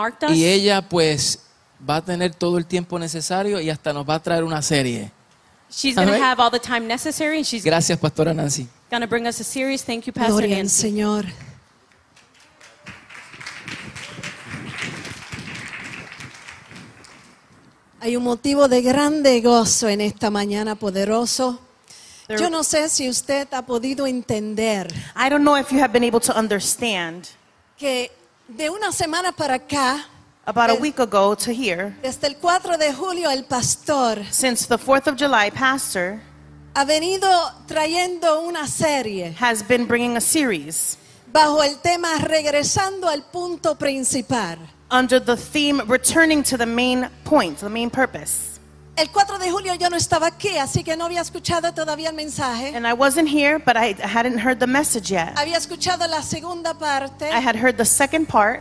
marked us. Y ella pues va a tener todo el tiempo necesario y hasta nos va a traer una serie. she's going to Amén. have all the time necessary, and she's Gracias, pastora Nancy. going to bring us a series. Thank you, Pastor Gloria al Nancy. Señor. Hay un motivo de grande gozo en esta mañana poderoso. There- Yo no sé si usted ha podido entender I don't know if you have been able to understand. que de una semana para acá, About a Yes. week ago to here, desde el 4 de julio, el pastor since the 4th of July, Pastor ha venido trayendo una serie has been bringing a series bajo el tema Regresando al punto principal. under the theme Returning to the Main Point, the Main Purpose. El 4 de julio yo no estaba aquí, así que no había escuchado todavía el mensaje. And I wasn't here, but I hadn't heard the message yet. Había escuchado la segunda parte I had heard the second part,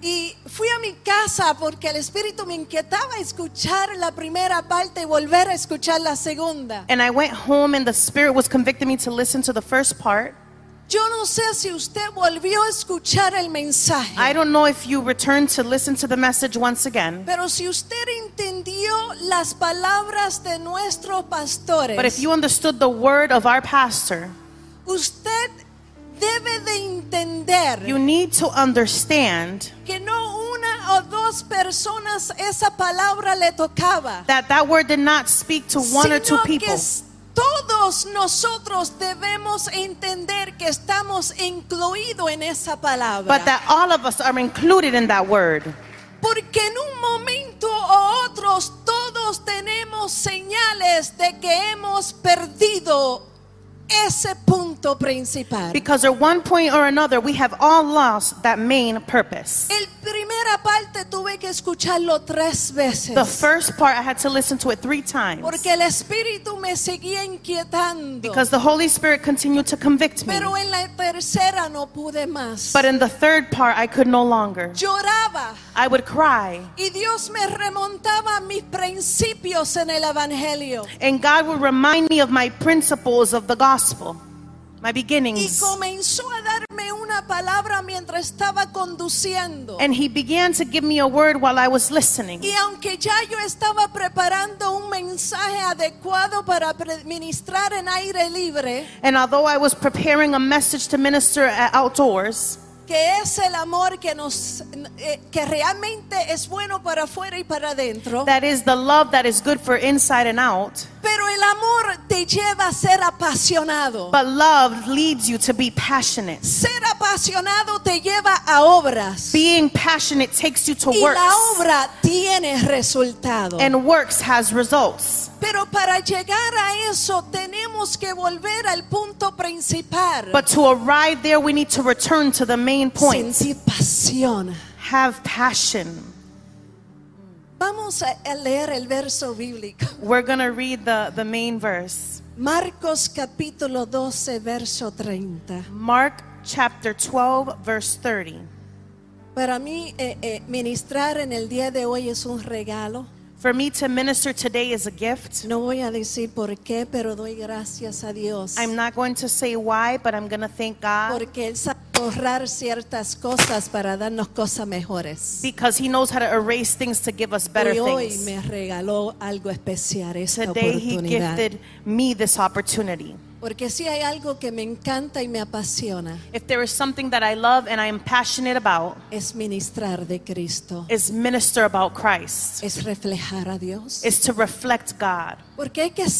y fui a mi casa porque el espíritu me inquietaba escuchar la primera parte y volver a escuchar la segunda. and I went home, and the Spirit was convicting me to listen to the first part. Yo no sé si usted volvió a escuchar el mensaje, I don't know if you returned to listen to the message once again, pero si usted entendió las palabras de nuestros pastores, but if you understood the word of our pastor, usted debe de entender you need to understand que no una o dos personas esa palabra le tocaba. that that word did not speak to one or two sino Que people. s- todos nosotros debemos entender que estamos incluidos en esa palabra. But that all of us are included in that word. Porque en un momento o otros todos tenemos señales de que hemos perdido ese punto principal. Because at one point or another, we have all lost that main purpose. El primera parte tuve que escucharlo tres veces. The first part, I had to listen to it three times. porque el espíritu me seguía inquietando. Because the Holy Spirit continued to convict me. pero en la tercera no pude más. But in the third part, I could no longer. Lloraba. I would cry. Y Dios me remontaba a mis principios en el Evangelio. And God would remind me of my principles of the gospel, my Y beginnings. comenzó a darme una palabra mientras estaba conduciendo. And He began to give me a word while I was listening. Y aunque ya yo estaba preparando un mensaje adecuado para pre- ministrar en aire libre, And although I was preparing a message to minister at outdoors, que es el amor que nos eh, que realmente es bueno para afuera y para adentro, that is the love that is good for inside and out, pero el amor te lleva a ser apasionado. but love leads you to be passionate. Ser apasionado te lleva a obras. Being passionate takes you to Y la works, obra tiene resultado. and works has results. Pero para llegar a eso tenemos que volver al punto principal. But to arrive there, we need to return to the main point. Sentir pasión. Have passion. Vamos a a leer el verso bíblico. We're going to read the, the main verse Marcos capítulo 12, verso 30. Mark chapter 12, verse 30. Para mí eh, eh, ministrar en el día de hoy es un regalo. For me to minister today is a gift. No voy a decir por qué, pero doy gracias a Dios. I'm not going to say why, but I'm going to thank God Porque Él sabe borrar ciertas cosas para darnos cosas mejores. because He knows how to erase things to give us better y hoy things. me regaló algo especial esta Today he oportunidad. gifted me this opportunity. Porque si hay algo que me encanta y me apasiona, If there is something that I love and I am passionate about, es ministrar de Cristo, is minister about Christ. es reflejar a Dios. Is to reflect God. Porque hay que